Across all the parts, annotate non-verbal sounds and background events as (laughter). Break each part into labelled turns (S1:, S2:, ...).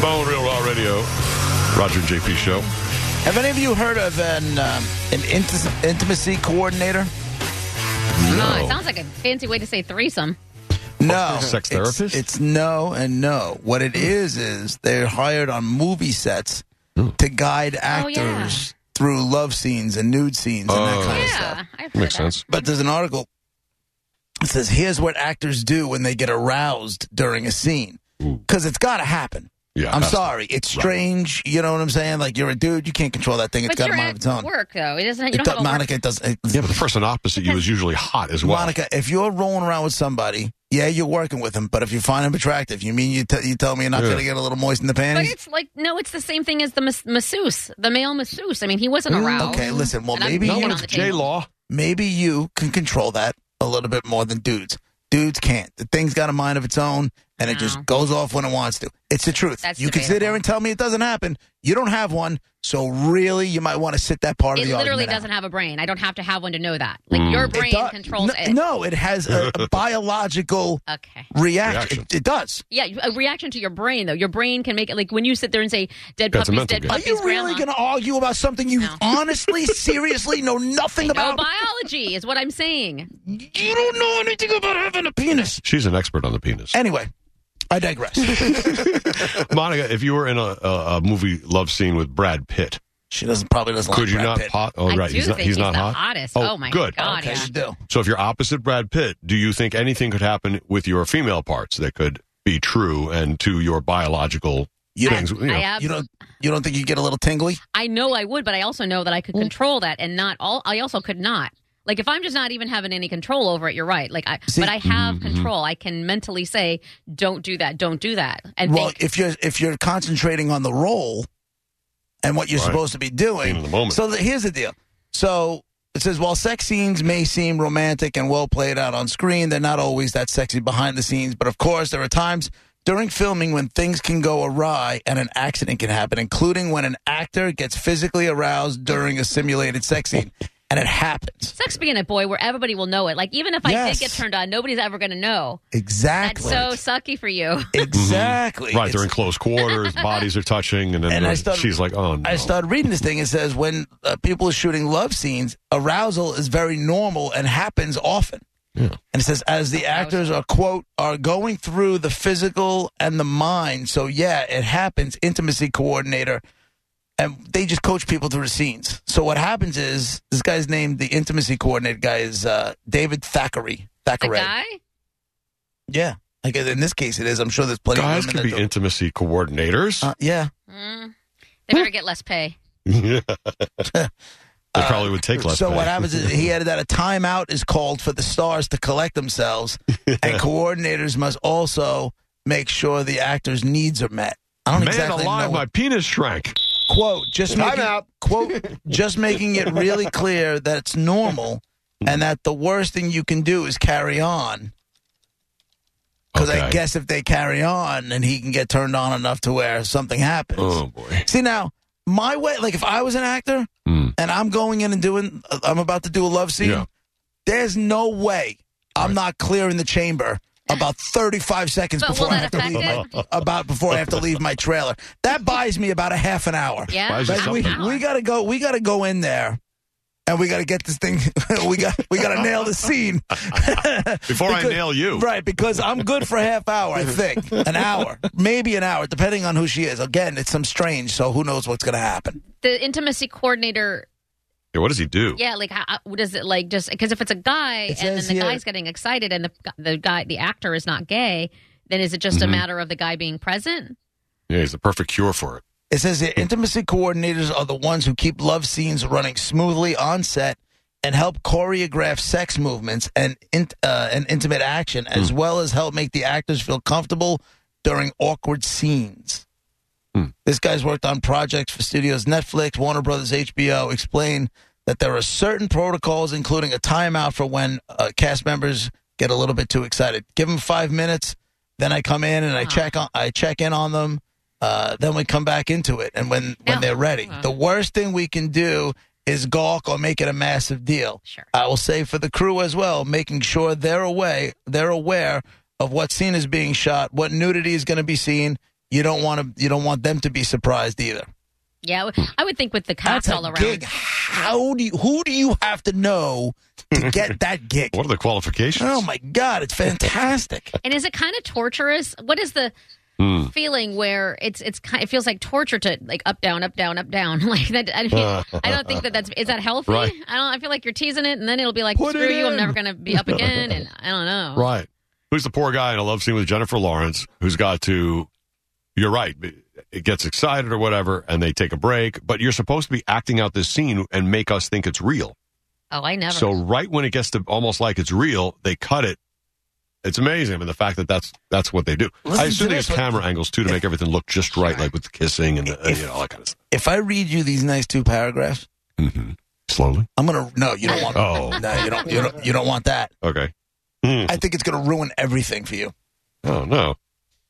S1: Bone Real Raw Radio, Roger and JP Show.
S2: Have any of you heard of an um, an inti- intimacy coordinator?
S1: Oh,
S3: No, Oh, it sounds like a fancy way to say threesome.
S2: No,
S1: Sex
S2: It's-
S1: therapist? Hmm.
S2: It's, no and no. What it is is they're hired on movie sets
S1: Hmm.
S2: to guide actors
S3: Oh, yeah.
S2: through love scenes and nude scenes and
S1: Oh.
S2: that kind of stuff.
S3: Yeah, I've heard
S1: Makes
S3: that.
S1: sense.
S2: But there's an article that says here's what actors do when they get aroused during a scene because it's got to happen.
S1: Yeah,
S2: I'm
S1: has to.
S2: sorry, it's strange. You know what I'm saying? Like you're a dude, you can't control that thing. It's
S3: But
S2: got a
S3: you're
S2: mind of
S3: at
S2: its own.
S3: work though. It doesn't. You
S2: It
S3: don't
S2: do-
S3: have a
S2: Monica, it doesn't. it-
S1: Yeah, but the person opposite you is usually hot as well.
S2: Monica, if you're rolling around with somebody, yeah, you're working with them. But if you find them attractive, you mean you t- you tell me you're not
S1: Yeah.
S2: going to get a little moist in the
S3: But
S2: panties?
S3: it's like no, it's the same thing as the mas- masseuse, the male masseuse. I mean, he wasn't aroused.
S2: Mm, Okay, listen. Well,
S3: And I'm
S2: maybe
S3: beating
S1: no,
S2: you,
S3: on
S1: it's
S3: the
S1: J
S3: table.
S1: Law.
S2: maybe you can control that a little bit more than dudes. Dudes can't. The thing's got a mind of its own, and it just
S3: No.
S2: goes off when it wants to. It's the truth.
S3: That's
S2: you can sit there
S3: debatable.
S2: and tell me it doesn't happen. You don't have one, so really, you might want to sit that part
S3: It
S2: of the
S3: literally
S2: argument out.
S3: doesn't have a brain. I don't have to have one to know that. Like
S1: Mm.
S3: your
S2: It
S3: brain
S2: does-
S3: controls
S2: no,
S3: it.
S2: No, it has a,
S1: (laughs)
S2: a biological
S3: Okay.
S2: reaction.
S1: Reaction.
S2: It, it does.
S3: Yeah, a reaction to your brain though. Your brain can make it like when you sit there and say dead
S1: That's a
S3: puppies,
S1: mental
S3: dead
S1: game.
S2: Are
S3: puppies.
S2: you really
S3: grandma.
S2: going to argue about something you
S3: No.
S2: honestly,
S3: (laughs)
S2: seriously know nothing
S3: No,
S2: about?
S3: biology is what I'm saying.
S2: you don't know anything about having a penis.
S1: She's an expert on the penis.
S2: Anyway, I
S3: (laughs)
S2: digress.
S1: Monica, if you were in a, a, a movie love scene with Brad Pitt,
S2: she doesn't probably doesn't
S1: could
S2: like
S1: you
S2: Brad
S1: not
S2: Pitt.
S1: pot? Oh,
S3: I
S1: right,
S3: do
S1: he's not.
S3: think
S1: he's not
S3: the
S1: hot.
S3: hottest.
S1: Oh,
S3: Oh, my
S1: good.
S3: god.
S2: Okay,
S3: yeah.
S2: you do.
S1: So if you're opposite Brad Pitt, do you think anything could happen with your female parts that could be true and to your biological
S2: You
S1: things?
S2: don't,
S1: you know?
S3: I uh, ab-
S2: you don't, you don't think you get a little tingly?
S3: I know I would, but I also know that I could
S2: Mm.
S3: control that and not all. I also could not. Like if I'm just not even having any control over it, you're right. Like I,
S2: See- Mm-hmm.
S3: but I have control. I can mentally say, "Don't do that. Don't do that." And
S2: Well,
S3: think,
S2: if you're if you're concentrating on the role and what you're
S1: Right.
S2: supposed to be doing,
S1: Being in the moment.
S2: So th- here's the deal. So it says while sex scenes may seem romantic and well played out on screen, they're not always that sexy behind the scenes. But of course, there are times during filming when things can go awry and an accident can happen, including when an actor gets physically aroused during a simulated sex scene, and it happens.
S3: sex being a boy, where everybody will know it. Like even if I
S2: Yes.
S3: did get turned on, nobody's ever going to know. That's
S2: Exactly.
S3: so sucky for you. (laughs)
S2: exactly.
S1: Mm-hmm. Right,
S2: It's-
S1: they're in close
S2: (laughs)
S1: quarters, bodies are touching, and then
S2: And I
S1: the-
S2: started-
S1: she's like, "Oh no!"
S2: I started reading this thing. It says when uh, people are shooting love scenes, arousal is very normal and happens often. And it says as the actors are quote are going through the physical and the mind. So yeah, it happens. Intimacy coordinator, and they just coach people through the scenes. So what happens is this guy's name, the intimacy coordinator guy, is uh, David Thackeray.
S3: The
S2: Thackeray.
S3: guy.
S2: Yeah, I guess in this case it is. I'm sure there's plenty
S1: Guys
S2: of
S1: can
S2: women
S1: be
S2: that do it.
S1: intimacy coordinators.
S2: Uh, yeah,
S3: Mm, they better get less pay.
S1: (laughs) they probably would take less.
S2: so
S1: pay.
S2: what happens is he added that a timeout is called for the stars to collect themselves,
S1: (laughs)
S2: and coordinators must also make sure the actors' needs are met. I don't
S1: Man
S2: exactly
S1: alive,
S2: know.
S1: my penis shrank.
S2: quote just making,
S1: (laughs)
S2: quote just making it really clear that it's normal, and that the worst thing you can do is carry on. Because I
S1: Okay.
S2: guess if they carry on, then he can get turned on enough to where something happens.
S1: Oh boy.
S2: See now, my way, like if I was an actor
S1: Mm.
S2: and I'm going in and doing, I'm about to do a love scene.
S1: Yeah.
S2: There's no way I'm not clear in the chamber about 35 seconds
S3: But
S2: before
S3: will
S2: I
S3: that
S2: have to leave my,
S3: affect
S2: about before I have to leave my trailer. That buys me about a half an hour.
S3: Yeah.
S1: Why is it
S2: Like,
S3: half
S2: we,
S3: an hour.
S2: we gotta go. We gotta go in there. And we got to get this thing. (laughs) we got we got to nail the scene.
S1: Before I
S2: Because-
S1: nail you,
S2: Right, because I'm good for a half hour, I think. An hour. Maybe an hour, depending on who she is. Again, it's some strange, so who knows what's going to happen.
S3: the intimacy coordinator
S1: Yeah, what does he do?
S3: Yeah, like how, how- does it like just because if it's a guy
S2: It
S3: and then
S2: says
S3: the
S2: here-
S3: guy's getting excited and the the guy the actor is not gay, then is it just
S1: Mm-hmm.
S3: a matter of the guy being present?
S1: Yeah, he's the perfect cure for it.
S2: It says here intimacy coordinators are the ones who keep love scenes running smoothly on set and help choreograph sex movements and, in, uh, and intimate action, as well as help make the actors feel comfortable during awkward scenes. This guy's worked on projects for studios Netflix, Warner Brothers, HBO. Explain that there are certain protocols, including a timeout for when uh, cast members get a little bit too excited. Give them five minutes, then I come in and I check on, I check in on them. Uh, then we come back into it, and when when
S3: Now-
S2: they're ready, the worst thing we can do is gawk or make it a massive deal.
S3: Sure.
S2: I will say for the crew as well, making sure they're away, they're aware of what scene is being shot, what nudity is going to be seen, you don't want to you don't want them to be surprised either.
S3: Yeah, I would-
S1: Hmm.
S3: I would think with the cops
S2: That's a
S3: all around.
S2: gig. How do you, who do you have to know (laughs) to get that gig?
S1: What are the qualifications?
S2: Oh my god, it's fantastic.
S3: And is it kind of torturous? What is the
S1: Hmm.
S3: feeling where it's it's kind, it feels like torture to like up down up down up down (laughs) like that? I, mean, I don't think that that's is that healthy.
S1: Right.
S3: I don't. I feel like you're teasing it, and then it'll be like
S1: Put
S3: screw
S1: it
S3: you, I'm
S1: in.
S3: never going to be
S1: (laughs)
S3: up again, and I don't know.
S1: Right. Who's the poor guy in a love scene with Jennifer Lawrence who's got to, you're right, it gets excited or whatever, and they take a break, but you're supposed to be acting out this scene and make us think it's real.
S3: Oh, I never.
S1: So right when it gets to almost like it's real, they cut it. It's amazing. I mean, the fact that that's that's what they do.
S2: Listen
S1: I assume
S2: to
S1: they
S2: this
S1: use
S2: one.
S1: camera angles too to make everything look just right, like with the kissing and the,
S2: If-
S1: you know all that kind of stuff.
S2: If I read you these nice two paragraphs,
S1: Mm-hmm. Slowly.
S2: I'm gonna no, you (laughs) don't want
S1: Oh. (laughs)
S2: no, you don't you don't you don't want that.
S1: Okay. Hmm.
S2: I think it's gonna ruin everything for you.
S1: Oh no.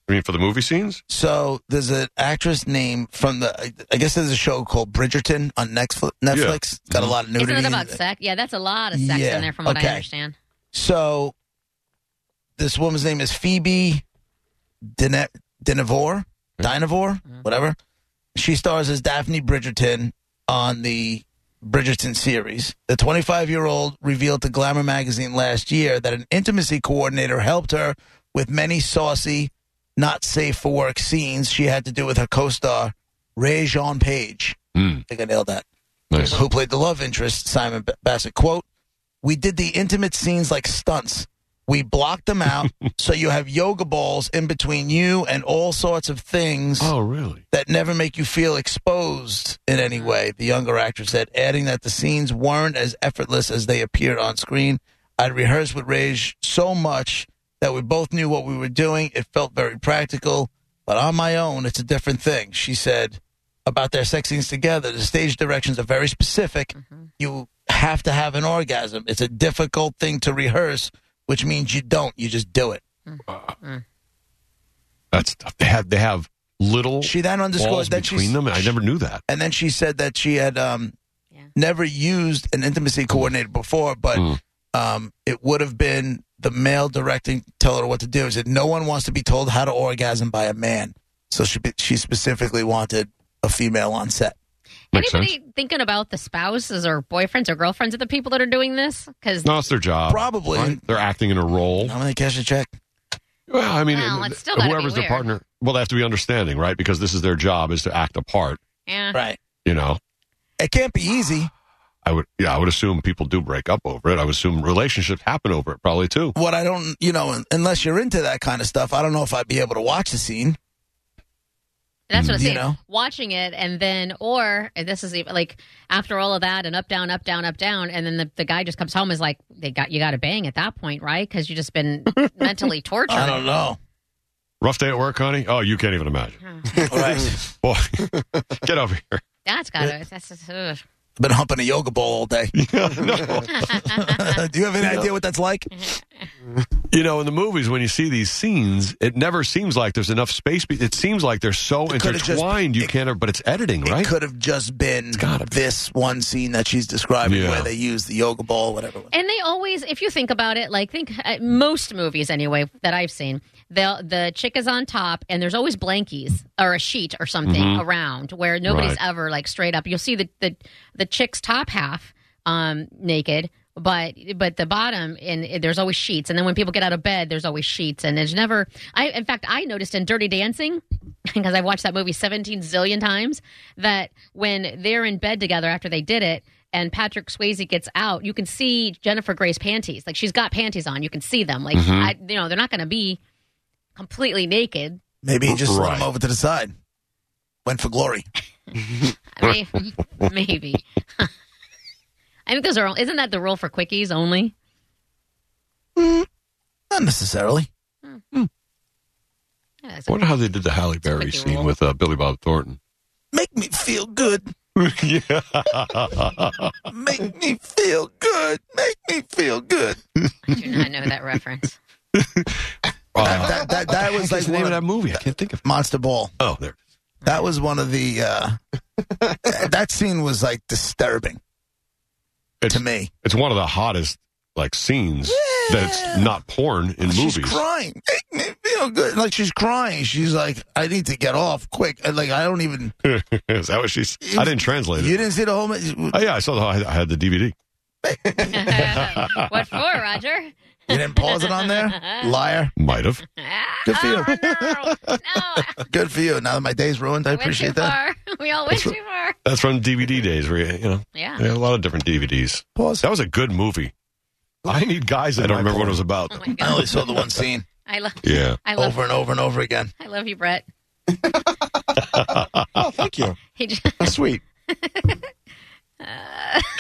S1: I mean, for the movie scenes.
S2: So there's an actress named from the I- I guess there's a show called Bridgerton on Netflix. Netflix. It's got a lot of nudity.
S3: Isn't it
S2: in
S3: about
S2: it.
S3: sex? Yeah, that's a lot of sex
S2: Yeah,
S3: in there, from what
S2: okay.
S3: I understand.
S2: So this woman's name is Phoebe Dine- Dinevor, Dinevor, whatever. She stars as Daphne Bridgerton on the Bridgerton series. The 25 year old revealed to Glamour magazine last year that an intimacy coordinator helped her with many saucy, not safe for work scenes she had to do with her co star, Ray Jean Page.
S1: Hmm.
S2: I think I nailed that
S1: Nice.
S2: who played the love interest, Simon B- Bassett. Quote, we did the intimate scenes like stunts. We blocked them out so you have yoga balls in between you and all sorts of things
S1: (laughs) Oh really?
S2: that never make you feel exposed in any way, the younger actor said, adding that the scenes weren't as effortless as they appeared on screen. I'd rehearsed with Rage so much that we both knew what we were doing. It felt very practical, but on my own, it's a different thing, she said about their sex scenes together. The stage directions are very specific. You have to have an orgasm. It's a difficult thing to rehearse, which means you don't. You just do it.
S1: That's tough. They have they have little
S2: She then
S1: walls
S2: underscored that she's
S1: between them. I never knew that.
S2: and then she said that she had um,
S3: Yeah.
S2: never used an intimacy coordinator before, but
S1: Mm.
S2: um, it would have been the male directing, telling her what to do. She said no one wants to be told how to orgasm by a man, so she she specifically wanted a female on set.
S1: Makes
S3: Anybody
S1: sense.
S3: thinking about the spouses or boyfriends or girlfriends of the people that are doing this? Because
S1: No, it's their job.
S2: Probably.
S1: Uh, Right? They're acting in a role.
S2: How many cash a check?
S1: Well, I mean,
S3: Well,
S1: it-
S3: it's still gotta be
S1: whoever's their
S3: weird.
S1: partner, well, they have to be understanding, right? Because this is their job is to act a part.
S3: yeah,
S2: Right.
S1: You know,
S2: It can't be easy.
S1: I would, yeah, I would assume people do break up over it. I would assume relationships happen over it, probably too.
S2: What I don't, you know, un- unless you're into that kind of stuff, I don't know if I'd be able to watch the scene.
S3: that's what I'm
S2: Mm. You
S3: saying.
S2: know?
S3: Watching it and then, or and this is even- like after all of that and up down up down up down, and then the, the guy just comes home is like they got you got to bang at that point, right? Because you just
S2: (laughs)
S3: been mentally tortured.
S2: I don't know.
S1: Rough day at work, honey. Oh, you can't even imagine.
S3: Uh-huh.
S1: (laughs)
S2: right.
S1: Boy, get over here.
S3: That's gotta. That's just, ugh.
S2: I've been humping a yoga ball all
S1: (laughs)
S2: day. (laughs)
S1: no.
S2: do you have any idea what that's like?
S1: You know, in the movies, when you see these scenes, it never seems like there's enough space. be- It seems like they're so
S2: It could've just-
S1: intertwined. you can't, but it's editing, right?
S2: It could have just been
S1: gotta be.
S2: this one scene that she's describing
S1: Yeah.
S2: where they use the yoga ball, whatever.
S3: And they always, if you think about it, like think uh, most movies anyway that I've seen, the the chick is on top, and there's always blankies or a sheet or something around where nobody's
S1: Right.
S3: ever like straight up. You'll see the the the chick's top half um, naked, but but the bottom and it- there's always sheets. And then when people get out of bed, there's always sheets, and there's never. I in fact I noticed in Dirty Dancing (laughs) because I've watched that movie 17 zillion times that when they're in bed together after they did it and Patrick Swayze gets out, you can see Jennifer Gray's panties. Like she's got panties on. You can see them. Like,
S2: Mm-hmm.
S3: I, you know, they're not going to be completely naked.
S2: Maybe he just slid
S1: Right.
S2: him over to the side. Went for glory.
S3: I mean, (laughs) maybe. I think those are, isn't that the rule for quickies only?
S2: Not necessarily.
S3: Yeah, that's
S1: I wonder how they did the Halle Berry
S3: Quickie
S1: scene
S3: roll.
S1: with uh, Billy Bob Thornton. (laughs)
S2: Make me feel good.
S1: yeah.
S2: Make me feel good. Make me feel good.
S3: I do not know
S2: (laughs)
S3: that reference.
S1: Uh,
S2: That, that, that was like
S1: what's the name
S2: one
S1: of
S2: of
S1: that movie? I can't think of.
S2: Monster Ball.
S1: Oh, there.
S2: That was one of the. Uh, (laughs) that scene was like disturbing
S1: It's
S2: to me.
S1: It's one of the hottest like scenes that's not porn in
S2: She's
S1: movies.
S2: crying. Make me feel know, good. Like she's crying. She's like, I need to get off quick. And like I don't even.
S1: (laughs) Is that what she's? I didn't translate
S2: You
S1: it.
S2: didn't see the whole. You
S1: Oh, yeah, I saw the. I had the DVD.
S3: what for, Roger?
S2: didn't pause it on there,
S3: (laughs)
S2: liar.
S1: Might have.
S2: (laughs) Good for you.
S3: Oh, no. No,
S2: Good for you. Now that my day's ruined, (laughs) I
S3: Ah, I went too
S2: appreciate that.
S3: far. We all went too far.
S1: That's from DVD days, where you, you know
S3: Yeah.
S1: they had a lot of different DVDs.
S2: Pause.
S1: That was a good movie. I need guys. I don't remember what it was about.
S3: Oh my
S2: I
S3: god.
S2: only saw the one scene
S3: I love.
S1: Yeah,
S3: I love.
S2: over and over and over again.
S3: I love you, Brett.
S4: Oh, thank
S2: (laughs)
S4: you.
S3: He just,
S4: That's sweet.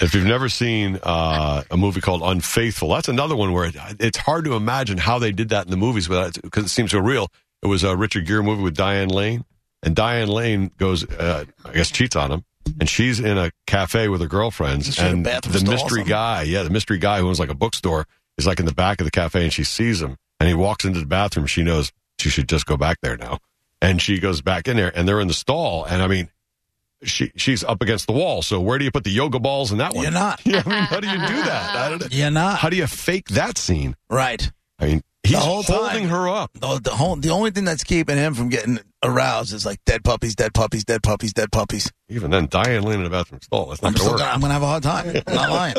S1: if you've never seen uh, a movie called Unfaithful, that's another one where it, it's hard to imagine how they did that in the movies without because it seems so real. It was a Richard Gere movie with Diane Lane, and Diane Lane goes, uh, I guess, cheats on him, and she's in a cafe with her girlfriends,
S2: She's in a
S1: and
S2: bathroom
S1: the
S2: stall
S1: mystery
S2: or something.
S1: guy, yeah, the mystery guy who owns like a bookstore is like in the back of the cafe, and she sees him, and he walks into the bathroom. She knows she should just go back there now, and she goes back in there, and they're in the stall, and I mean. She she's up against the wall. So where do you put the yoga balls in that one?
S2: You're not.
S1: (laughs) Yeah, I mean, how do you do that? I don't know.
S2: You're not.
S1: How do you fake that scene?
S2: Right.
S1: I mean, he's
S2: whole time.
S1: holding her up.
S2: The, the whole, the only thing that's keeping him from getting aroused is like dead puppies, dead puppies, dead puppies, dead puppies.
S1: Even then, Diane Lane in the bathroom stall. That's not
S2: I'm
S1: going
S2: still
S1: to work.
S2: gonna, I'm gonna have a hard time. I'm not lying.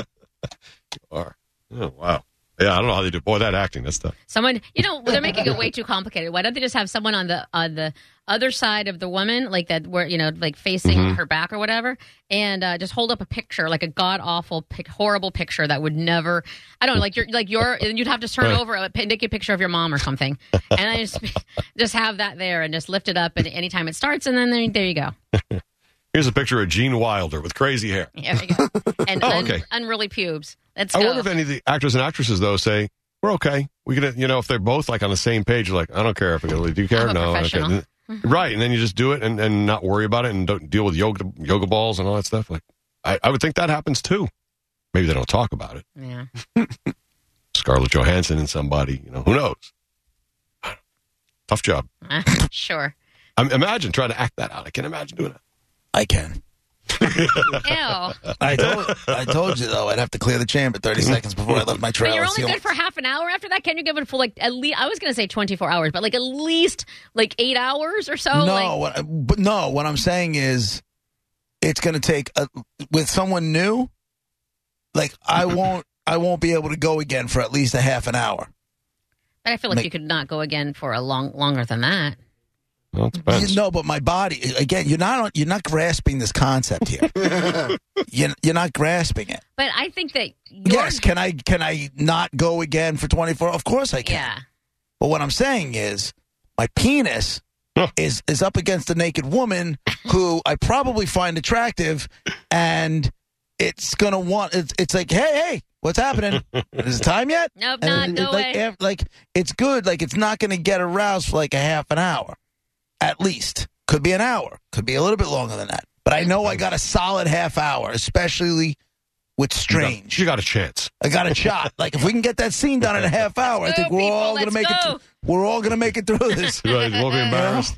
S1: Or- Oh, wow. Yeah, I don't know how they do. Boy, that acting, that's tough.
S3: someone, you know, they're making it way too complicated. Why don't they just have someone on the on the other side of the woman, like that, where you know, like facing
S1: Mm-hmm.
S3: her back or whatever, and uh, just hold up a picture, like a god awful, pic- horrible picture that would never. I don't know, like you're like your, and you'd have to turn
S1: Right.
S3: over a pic- naked picture of your mom or something, and I just (laughs) just have that there and just lift it up, and anytime it starts, and then there, there you go.
S1: Here's a picture of Gene Wilder with crazy hair.
S3: There you
S1: (laughs)
S3: go. And
S1: Oh,
S3: un-
S1: okay.
S3: unruly pubes. Let's
S1: I
S3: go.
S1: wonder if any of the actors and actresses, though, say, we're okay. We could, you know, if they're both like on the same page, you're like, I don't care if I go, do you care?
S3: I'm a
S1: no.
S3: professional. Mm-hmm.
S1: Okay. Right. And then you just do it and, and not worry about it and don't deal with yoga, yoga balls and all that stuff. Like, I, I would think that happens too. Maybe they don't talk about it.
S3: yeah.
S1: Scarlett Johansson and somebody, you know, who knows? (sighs) Tough job.
S3: Uh, (laughs) sure.
S1: I mean, imagine trying to act that out. I can't imagine doing it.
S2: I can.
S3: Ew.
S2: I told, I told you though, I'd have to clear the chamber
S1: (laughs)
S2: 30 seconds before I left my
S3: But
S2: trailer.
S3: you're
S2: It's
S3: only
S2: the
S3: good for half an hour after that. Can you give it a full like at least? I was gonna say 24 hours, but like at least like eight hours or so.
S2: no, what I- but no. What I'm saying is, it's going to take a, with someone new. Like I won't, I won't be able to go again for at least a half an hour.
S3: but I feel like
S2: Make-
S3: you could not go again for a long longer than that.
S1: Well, it depends.
S2: You, no, but my body again. You're not, on- you're not grasping this concept here. you're, you're not grasping it.
S3: But I think that your,
S2: Yes, can I, can I not go again for 24? Of course I can.
S3: yeah,
S2: But what I'm saying is, my penis
S1: Huh.
S2: is is up against a naked woman who I probably find attractive, and it's gonna want. It's, it's like, hey, hey, what's
S1: (laughs)
S2: happening? is it time yet?
S3: nope, not
S2: And it-
S3: go
S2: it- like,
S3: away.
S2: af- like it's good. Like it's not gonna get aroused for like a half an hour, at least. Could be an hour. Could be a little bit longer than that. But I know I got a solid half hour, especially with
S1: You got-
S2: strange.
S1: You got a chance. (laughs)
S2: I got a (laughs) shot. Like if we can get that scene done in a half hour, I
S3: Let's
S2: think
S3: go,
S2: we're
S3: people,
S2: all gonna
S3: let's
S2: make
S3: go.
S2: it. We're all gonna make it through this.
S1: You guys
S3: (laughs)
S1: won't be embarrassed.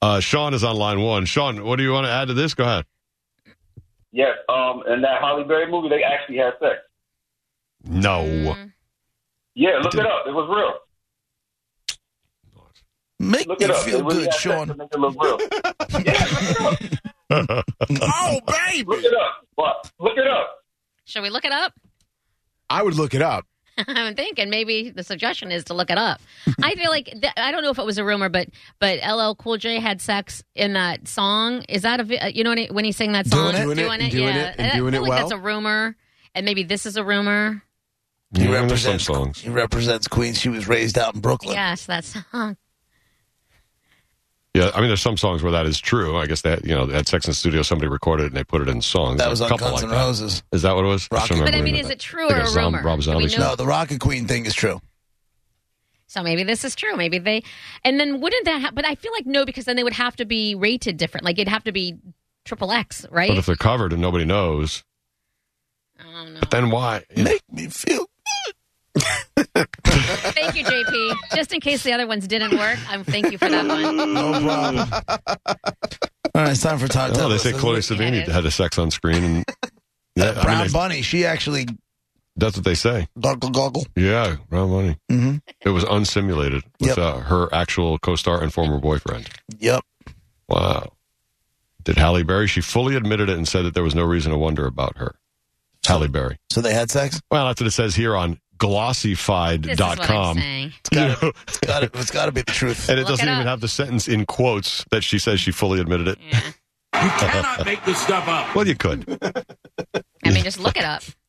S1: Uh, Sean is on line one. Sean, what do you want to add to this? Go ahead.
S5: Yes, um, in that Holly Berry movie, they actually had sex.
S1: No.
S3: Mm.
S5: Yeah, look it up. It was real.
S2: Make
S5: Look
S2: me
S5: it up. They
S2: feel
S5: really
S2: good,
S5: had sex to
S2: (laughs) Sean.
S5: make it look real.
S2: Oh, baby.
S5: Look it up. What? Look it up.
S3: Should we look it up?
S4: I would look it up.
S3: (laughs) I'm thinking maybe the suggestion is to look it up. I feel like th- I don't know if it was a rumor, but but LL Cool J had sex in that song. Is that a vi- uh, you know when he, when he sang that song,
S2: Doing It?
S4: Doing It, and doing
S3: yeah, Uh,
S4: it, and
S3: I
S4: doing
S3: feel
S4: it
S3: like
S4: well?
S3: That's a rumor, and maybe this is a rumor.
S1: Yeah,
S2: He
S1: there's
S2: represents.
S1: some songs.
S2: He represents Queens. She was raised out in Brooklyn.
S3: Yes, that song.
S1: Yeah, I mean, there's some songs where that is true. I guess that, you know, at Sex in the Studio, somebody recorded it and they put it in songs.
S2: That was
S1: There's a
S2: on
S1: couple
S2: Guns
S1: like
S2: N'
S1: that.
S2: Roses.
S1: Is that what it was?
S2: Rocket-
S1: I
S3: But I
S1: remember
S3: mean,
S1: it.
S3: is it true
S1: I think
S3: or a
S1: it's Zom-
S3: rumor?
S1: Rob
S3: Do we
S1: Zombie
S3: know?
S1: song.
S2: No, the Rocket Queen thing is true.
S3: So maybe this is true. Maybe they, and then wouldn't that? Ha- but I feel like no, because then they would have to be rated different. Like it'd have to be triple X, right?
S1: But if they're covered and nobody knows,
S3: I don't know.
S1: but then why?
S2: Make me feel.
S3: thank you, JP. Just in case the other ones didn't work, I'm thank you for that one.
S2: No problem. (laughs) all right, it's time for time. to
S1: Oh, they say Chloe Savini
S3: Yeah, it
S2: (laughs)
S3: is.
S1: had a sex on screen. And, yeah, I mean,
S2: Brown
S1: they-
S2: Bunny. She actually
S1: That's what they say.
S2: Goggle, goggle.
S1: Yeah, Ron Money.
S2: hmm
S1: It was unsimulated with
S2: Yep.
S1: uh, her actual co-star and former boyfriend.
S2: Yep.
S1: Wow. Did Halle Berry? She fully admitted it and said that there was no reason to wonder about her. Halle Berry.
S2: So they had
S1: (laughs)
S2: sex.
S1: Well, that's what it says here on
S3: This is what I'm
S1: glossyfied.com.
S3: saying.
S2: Got it. It's got to, it's got to be the truth.
S1: (laughs) And it
S3: Look
S1: doesn't
S3: it
S1: even
S3: up.
S1: have the sentence in quotes that she says she fully admitted it.
S3: Yeah.
S6: You cannot make this stuff up.
S1: Well, you could.
S3: I mean, just look it up.